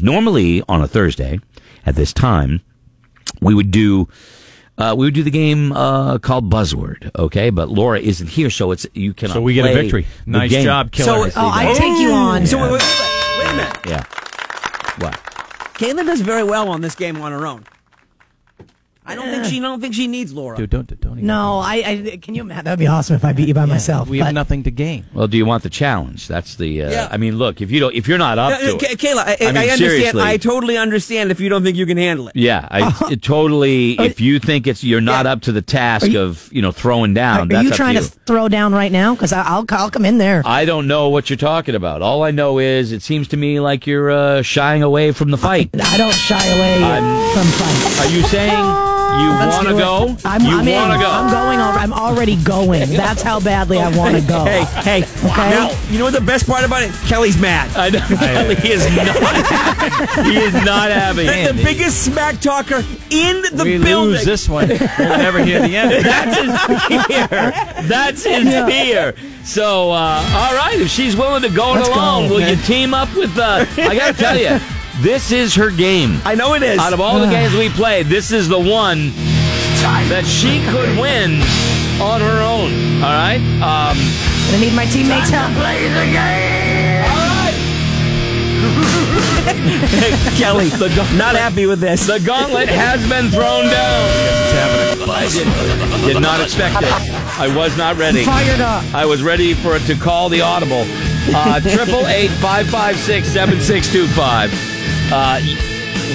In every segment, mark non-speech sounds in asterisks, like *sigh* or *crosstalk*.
normally on a Thursday at this time, we would do uh, we would do the game uh, called Buzzword. Okay, but Laura isn't here, so it's you cannot. So we get a play victory. the Nice game. job, So killer. oh, I take you on. So wait, wait, wait a minute. Yeah. What? Caitlin does very well on this game on her own. I don't think she. I don't think she needs Laura. Dude, don't, don't even- No, I, I can you imagine? That'd be awesome if I beat you by myself. We but- have nothing to gain. Well, do you want the challenge? That's the. Uh, Yeah. I mean, look, if you don't, if you're not up Uh, to Ka- it, Kayla, I, I, mean, understand. seriously. I totally understand if you don't think you can handle it. yeah, I it totally. If you think it's you're not Yeah. up to the task you- of you know throwing down, Are that's you up trying to to you. throw down right now? Because I'll I'll come in there. I don't know what you're talking about. All I know is it seems to me like you're uh, shying away from the fight. I don't shy away I'm- from fights. Are you saying you Let's want to do it. go? I'm, you I'm in. want to go? I'm going. Over. I'm already going. That's how badly I want to go. Hey, hey. Okay. Now, you know what the best part about it? Kelly's mad. I know. he is not. he is not having the, it. the biggest smack talker in the we building. lose this one. We'll never hear the *laughs* end. That's his fear. That's his fear. So, uh, all right, if she's willing to go it Let's go, alone, will you team up with? Uh, I gotta tell you, this is her game. I know it is. Out of all the games we played, this is the one that she could win on her own. All right. Um, *laughs* I need my teammates' help. Kelly, the, not happy with this. The gauntlet has been thrown down. I did, did not expect it. I was not ready. Fired up. I was ready for it to call the audible. Uh, *laughs* Triple eight five five six seven six two five. Uh,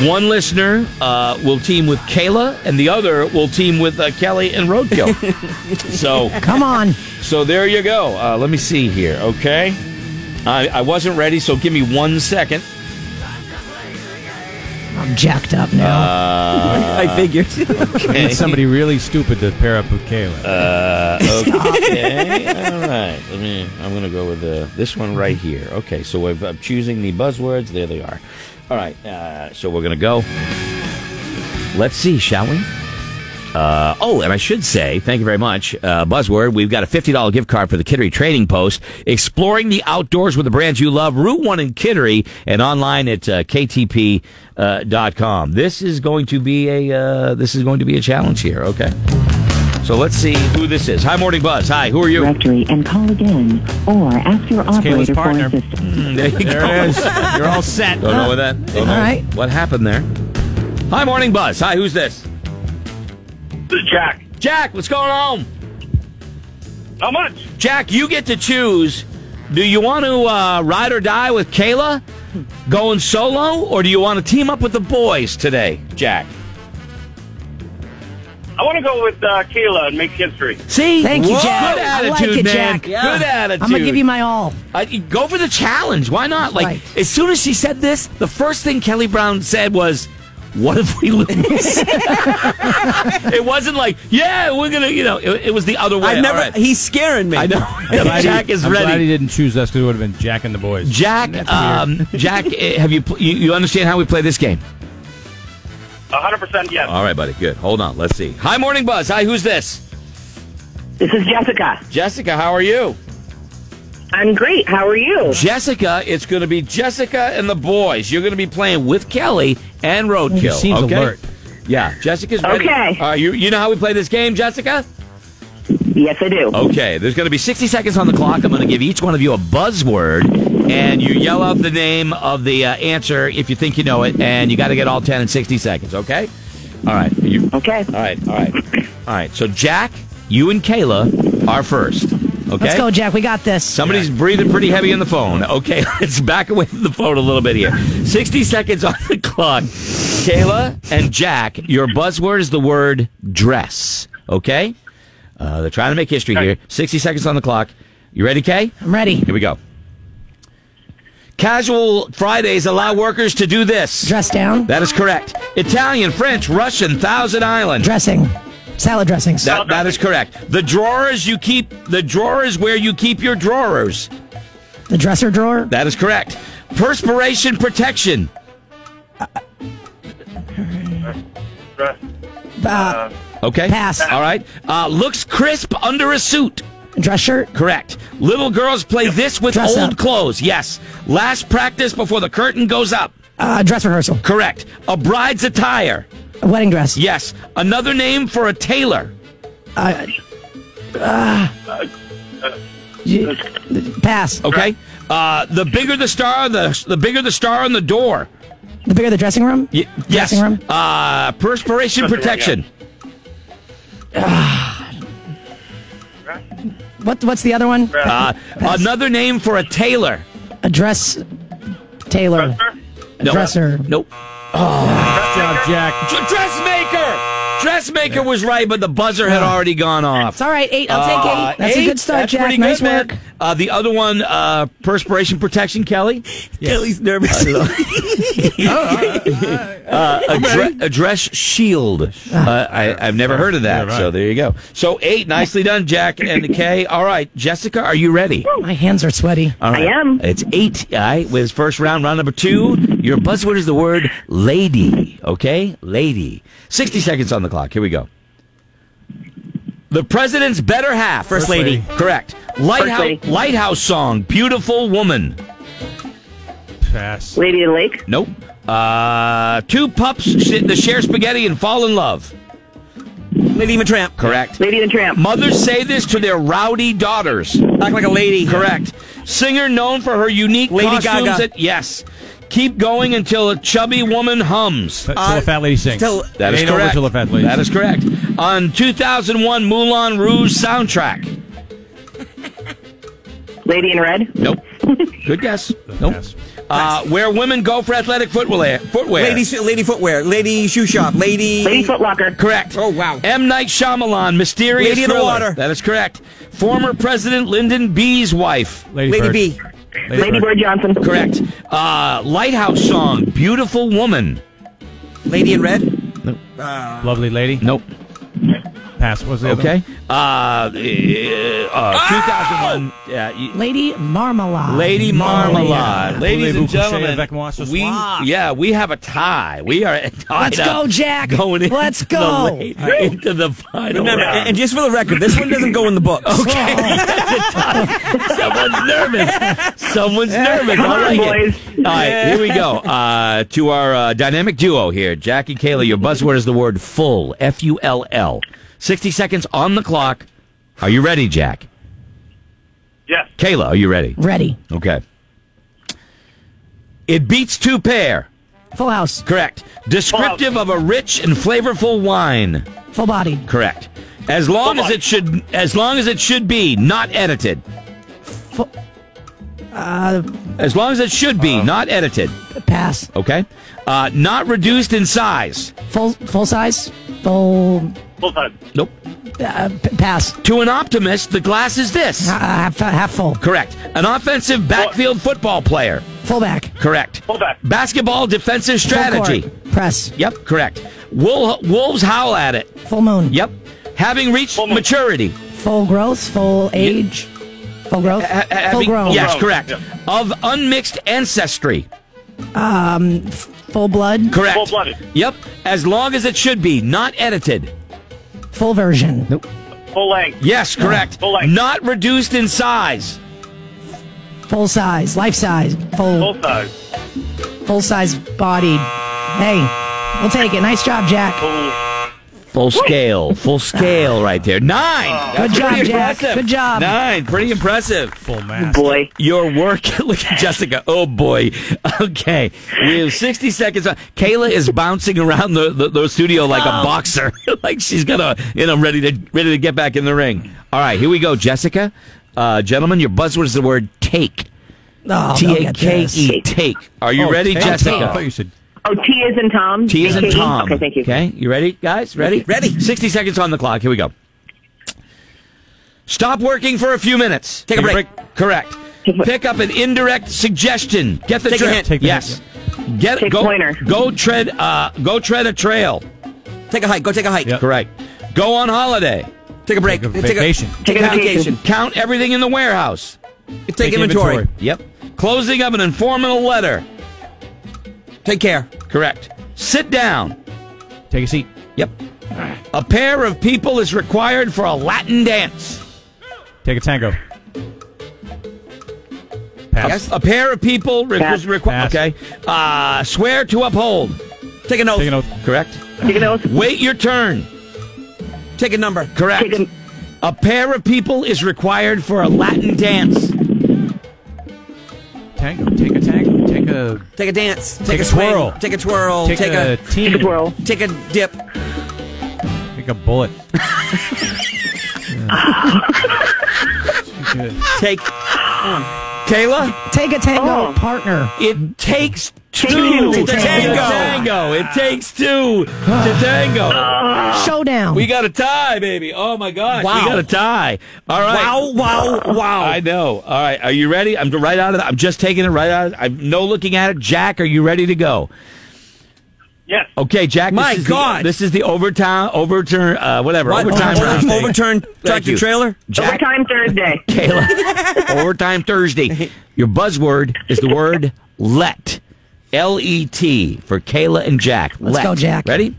One listener uh, will team with Kayla, and the other will team with uh, Kelly and *laughs* Roadkill. so, Come on. so there you go. Uh, let me see here. Okay, I, I wasn't ready, so give me one second. I'm jacked up now. Uh, I figured. *laughs* Okay. It's somebody really stupid to pair up with Kayla. okay. All right. Let me. I'm going to go with uh, this one right here. Okay. So I've, I'm choosing the buzzwords. There they are. All right. Uh, so we're going to go. Let's see, shall we? Uh, oh, and I should say, thank you very much, uh, Buzzword. We've got a $50 gift card for the Kittery Trading Post. Exploring the outdoors with the brands you love. Route 1 in Kittery and online at uh, ktp.com. Uh, dot com. this is going to be a, uh, this is going to be a challenge here. Okay. So let's see who this is. Hi, Morning Buzz. Hi, who are you? directory and call again or ask your Kayla's operator for partner. assistance. There you There go. it is. You're all set. Don't know what that. Don't know All right. What happened there? Hi, Morning Buzz. Hi, who's this? This is Jack. Jack, what's going on? How much? Jack, you get to choose. Do you want to uh, ride or die with Kayla going solo, or do you want to team up with the boys today, Jack? I want to go with uh, Kayla and make history. See, Thank you, Whoa, Jack. Good I attitude, like it, man. Jack. Yeah. Good attitude. I'm gonna give you my all. I, you go for the challenge. Why not? Like, Right. as soon as she said this, the first thing Kelly Brown said was, "What if we lose?" *laughs* it wasn't like, "Yeah, we're gonna," you know. It, it was the other way. I've never. All right. He's scaring me. I know. *laughs* Glad he- Jack is *laughs* I'm glad he ready. didn't choose us because it would have been Jack and the boys. Jack, That's weird. um, *laughs* Jack, eh, have you, pl- you you understand how we play this game? 100% yes. All right, buddy. Good. Hold on. Let's see. Hi, morning buzz. Hi, who's this? This is Jessica. Jessica. How are you? I'm great. How are you? Jessica. It's going to be Jessica and the boys. You're going to be playing with Kelly and Roadkill. She seems okay? alert. Yeah, Jessica's ready. Okay. Uh, you, you know how we play this game, Jessica? Yes, I do. Okay, there's going to be 60 seconds on the clock. I'm going to give each one of you a buzzword, and you yell out the name of the uh, answer if you think you know it, and you got to get all 10 in 60 seconds, okay? All right. You, all Okay. right, all right. All right, so Jack, you and Kayla are first, okay? Let's go, Jack. We got this. Somebody's breathing pretty heavy on the phone. Okay, *laughs* let's back away from the phone a little bit here. 60 seconds on the clock. Kayla and Jack, your buzzword is the word dress. Okay? Uh, they're trying to make history here. 60 seconds on the clock. You ready, Kay? I'm ready. Here we go. Casual Fridays allow workers to do this. Dress down. That is correct. Italian, French, Russian, Thousand Island. Dressing. Salad dressings. That, that is correct. The drawers you keep, the drawers where you keep your drawers. the dresser drawer. That is correct. Perspiration protection. Dress. Uh, Okay. Pass. All right. Uh, looks crisp under a suit. dress shirt. Correct. Little girls play this with Dress old up. clothes. Yes. Last practice before the curtain goes up. Uh, dress rehearsal. Correct. A bride's attire. A wedding dress. Yes. Another name for a tailor. Uh, Uh, y- pass. Okay. Uh, the bigger the star, the the bigger the star on the door. The bigger the dressing room? Y- yes. Dressing room? Uh, perspiration Dressing room, protection. Dress. What, what's the other one? Dress. Uh, another name for a tailor. A dress tailor. Dresser. No. uh, Dresser. Nope. job, Jack. Dr- Dressmaker. Dressmaker was right, but the buzzer had already gone off. It's all right. Eight. I'll take Uh, eight. That's eight? a good start, That's Jack. pretty nice good, man. work. Uh, the other one, uh, perspiration protection, *laughs* Kelly. Kelly's nervous. uh, a, dre- a dress shield. Ah. Uh, I, I've never heard of that. Yeah, right. So there you go. So eight, nicely done, Jack and Kay. All right, Jessica, are you ready? Oh, My hands are sweaty. All right. I am. It's eight. All right. With his first round, round number two. Your buzzword is the word lady. Okay? Lady. 60 seconds on the clock. Here we go. The president's better half. First lady. Correct. Lighthouse, lady. lighthouse song. Beautiful woman. Pass. Lady of the Lake. Nope. Uh, two pups sh- that share spaghetti and fall in love. *laughs* Lady and the Tramp. Correct. Lady and the Tramp. Mothers say this to their rowdy daughters. Act like a lady. Correct. Singer known for her unique Lady costumes. Gaga. That, yes. Keep going until a chubby woman hums. Till a fat lady sings. till- That It is ain't over correct. till a fat lady That is correct. On 2001 Moulin Rouge soundtrack. Lady in Red. Nope. *laughs* Good guess. Nope. Pass. Uh, where women go for athletic footwear. Footwear. Lady, shoe- lady footwear. Lady shoe shop. Lady. Lady Foot Locker. Correct. Oh, wow. M. Night Shyamalan, mysterious Lady in the thriller. Water. That is correct. Former President Lyndon B's wife. Lady, Lady first. B. Lady, Lady first. Bird Johnson. Correct. Uh, lighthouse song, "Beautiful Woman." Lady in red. Lovely lady. Nope. Pass. What's the other Okay. Uh, uh, Ah! 2001. Yeah. you- Lady Marmalade. Lady Marmalade. Ladies and Voulez-vous coucher gentlemen, avec moi ce we, soir? yeah, we have a tie. We are tied Let's up go, Jack. Going into Let's the go. late- into the final Remember, round. and, eh, and just for the record, this one doesn't go in the book. Okay. eh, Someone's nervous. Someone's nervous. come I on, like it. boys. All right, here we go. Uh, to our uh, dynamic duo here, Jackie Kayla. Your buzzword is the word full. F U L L. Sixty seconds on the clock. Are you ready, Jack? Yes. Kayla, are you ready? Ready. Okay. It beats two pair. Full house. Correct. Descriptive of a rich and flavorful wine. Full body. Correct. As long Full as it should, as long as it should be, not edited. Full, uh, As long as it should be, not edited. pass. Okay. Uh, not reduced in size. Full full size. Full Full time. Nope. uh, p- pass. To an optimist, the glass is this. Uh, half, half full. Correct. An offensive backfield football player. Fullback. Correct. Fullback. Basketball defensive Full strategy. court. Press. Yep. Correct. Wolf, wolves howl at it. Full moon. Yep. Having reached Full moon. maturity. Full growth. Full age. Full growth. Ha- ha- full having- grown. Yes, Grown, correct. yep. Of unmixed ancestry. Full blood. Correct. Full-blooded. Yep. As long as it should be, not edited. Full version. Nope. Full length. Yes, correct. Full length. Not reduced in size. Full size. Life size. Full Full size. full size body. Hey, we'll take it. Nice job, Jack. Full. Full scale, full scale, right there. Oh. Nine. Good That's job, pretty Jack. impressive. Good job. Nine. Pretty impressive. Full mass. Boy. Your work. *laughs* Look at Jessica. Oh boy. Okay. We have sixty seconds. Kayla is bouncing around the, the, the studio like Oh. a boxer, *laughs* like she's gonna, you know, ready to ready to get back in the ring. All right, here we go, Jessica. Uh, gentlemen, your buzzword is the word take. Oh, T they'll A get K this. E. Take. Are you Oh, ready, Taylor. I thought Jessica? you said Oh, T is in Tom. T is in AKA? Tom. Okay, thank you. Okay, you ready, guys? Ready? Ready. Sixty seconds on the clock. Here we go. Stop working for a few minutes. Take a break. Correct. Take what? Pick up an indirect suggestion. Get the Take a drift. hint. Take the yes. hint, Get Take go pointer. go tread uh go tread a trail. Take a hike. Go take a hike. Yep. Correct. Go on holiday. Take a break. Take a vacation. Take a Take a vacation. Count everything in the warehouse. Take, inventory. Yep. Closing up an informal letter. Take care. Correct. Sit down. Take a seat. Yep. A pair of people is required for a Latin dance. Take a tango. Pass. Yes. A pair of people re- Pass. requ- Pass. Okay. Uh, swear to uphold. Take an oath. Take an oath. Correct. Take an oath. Wait your turn. Take a number. Correct. Take an- a pair of people is required for a Latin dance. Tango. Take a tango. Take a. Take a dance. Take, a swing, twirl. Take a twirl. Take, a, team. Take a twirl. Take a dip. Take a *laughs* bullet. Take Kayla. Take a tango Oh. partner. It takes two, two to to tango. tango. tango. It takes two to tango. Showdown. We got a tie, baby. Oh my gosh, Wow. we got a tie. All right. Wow, wow, wow. I know. All right. Are you ready? I'm right out of. The, I'm just taking it right out. Of, I'm no looking at it. Jack, are you ready to go? Yes. Okay, Jack. My this is God. The, this is the overtime, overturn, uh, whatever, What? overtime. Over- Thursday. overturned Thank tractor you. trailer? Jack, Overtime Thursday. Kayla. overtime Thursday. Your buzzword is the word let. L E T for Kayla and Jack. Let's Let. go, Jack. Ready?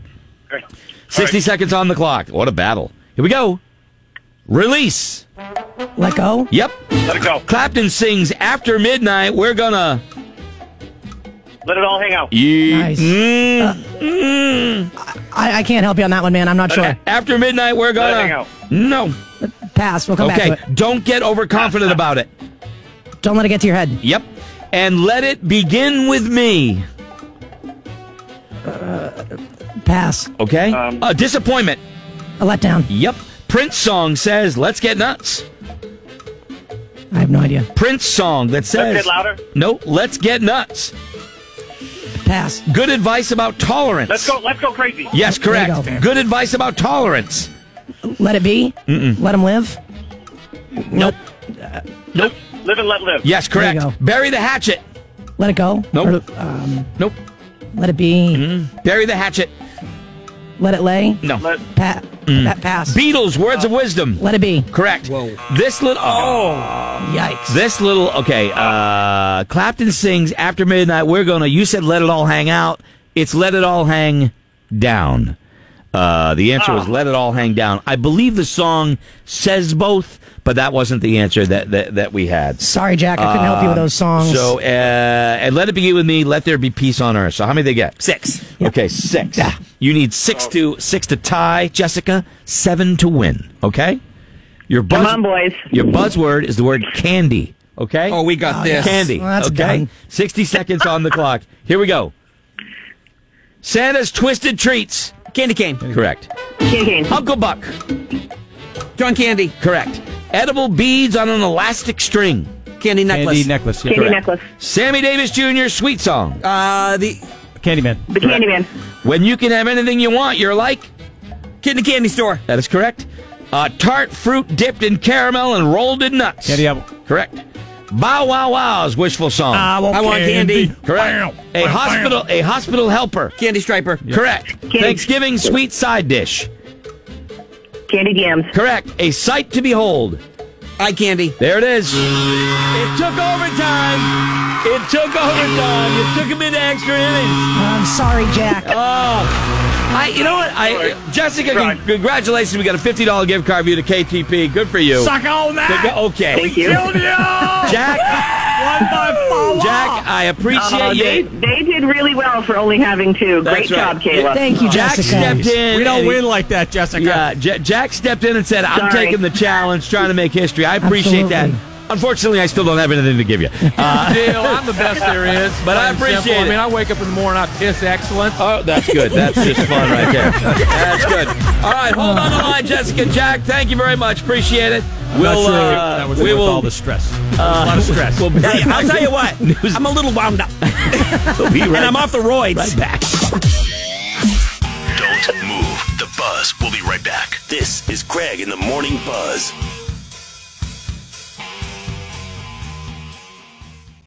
Okay. All Sixty right. seconds on the clock. What a battle! Here we go. Release. Let go. Yep. Let it go. Clapton sings after midnight. We're gonna. Let it all hang out. Ye- Nice. Uh, Mm. I, I can't help you on that one, man. I'm not sure. Okay. After midnight, we're Let it hang gonna. out. No. Pass. We'll come Okay. back to it. Don't get overconfident about it. Don't let it get to your head. Yep. And let it begin with me. Pass. Okay. Um, uh, disappointment. A letdown. Yep. Prince song says, "Let's get nuts." I have no idea. Prince song that says, Get Louder? No. Let's get nuts. Pass. Good advice about tolerance. Let's go. Let's go crazy. Yes, There you correct. go. Good advice about tolerance. Let it be. Let him live. Nope. Nope. Live and let live. Yes, There correct. you go. Bury the hatchet. Let it go. Nope. Mm-hmm. Or, um, Nope. let it be. Bury the hatchet. Let it lay. No. Let Pa- Mm. pa- pass. Beatles, words of Uh, wisdom. Let it be. Correct. Whoa. This little. Oh. Yikes. This little okay, uh Clapton sings after midnight. We're gonna. You said let it all hang out. It's let it all hang down. Uh, the answer Ah. was let it all hang down. I believe the song says both, but that wasn't the answer that that, that we had. Sorry, Jack. I couldn't help you with those songs. So uh, and let it begin with me. Let there be peace on earth. So how many they get? Six. Okay, six. You need six to six to tie, Jessica. Seven to win. Okay. Your buzz, Come on, boys. Your buzzword is the word candy. Okay. Oh, we got this. candy. Well, that's okay. done. Sixty seconds on the clock. Here we go. Santa's twisted treats. Candy cane. Correct. Candy cane. Uncle Buck. John Candy. Correct. Edible beads on an elastic string. Candy necklace. Candy necklace. Yeah. Candy Correct. necklace. Sammy Davis Jr. Sweet song. uh, the Candyman. The Candyman. When you can have anything you want, you're like. kid in the candy store. That is correct. Uh, tart fruit dipped in caramel and rolled in nuts. Candy apple. Correct. Bow Wow Wow's wishful song. I want candy. correct. a hospital a hospital helper. Candy striper. Correct. Thanksgiving sweet side dish. Candy yams. Correct. A sight to behold. Eye candy. There it is. It took overtime. It took overtime. It took him into extra innings. Oh. I'm sorry, Jack. uh, I, you know what? I, Jessica, con- congratulations. We got a fifty dollar gift card for you to KTP. Good for you. Suck on that. Good go- okay. Thank you. Jack. Jack, I appreciate Uh, you. they, they did really well for only having two. Great That's right. job, Kayla. Thank you, Jack Jessica. stepped in. We don't and he- win like that, Jessica. Yeah, J- Jack stepped in and said, "I'm Sorry. taking the challenge, trying to make history." I appreciate Absolutely. that. Unfortunately, I still don't have anything to give *laughs* you. Uh, deal. I'm the best there is. But Plain I and simple. appreciate it. I mean, I wake up in the morning, I piss excellent. oh, that's good. That's just fun right there. That's good. All right, hold on the line, Jessica. Jack, thank you very much. Appreciate it. That's We'll really- uh, that was we worth will uh, all the stress. a lot of *laughs* stress. We'll be *laughs* Hey, right I'll back. tell you what. I'm a little wound up. We'll be right and I'm off the roids. right back. Don't move. The Buzz will be right back. This is Greg in the Morning Buzz.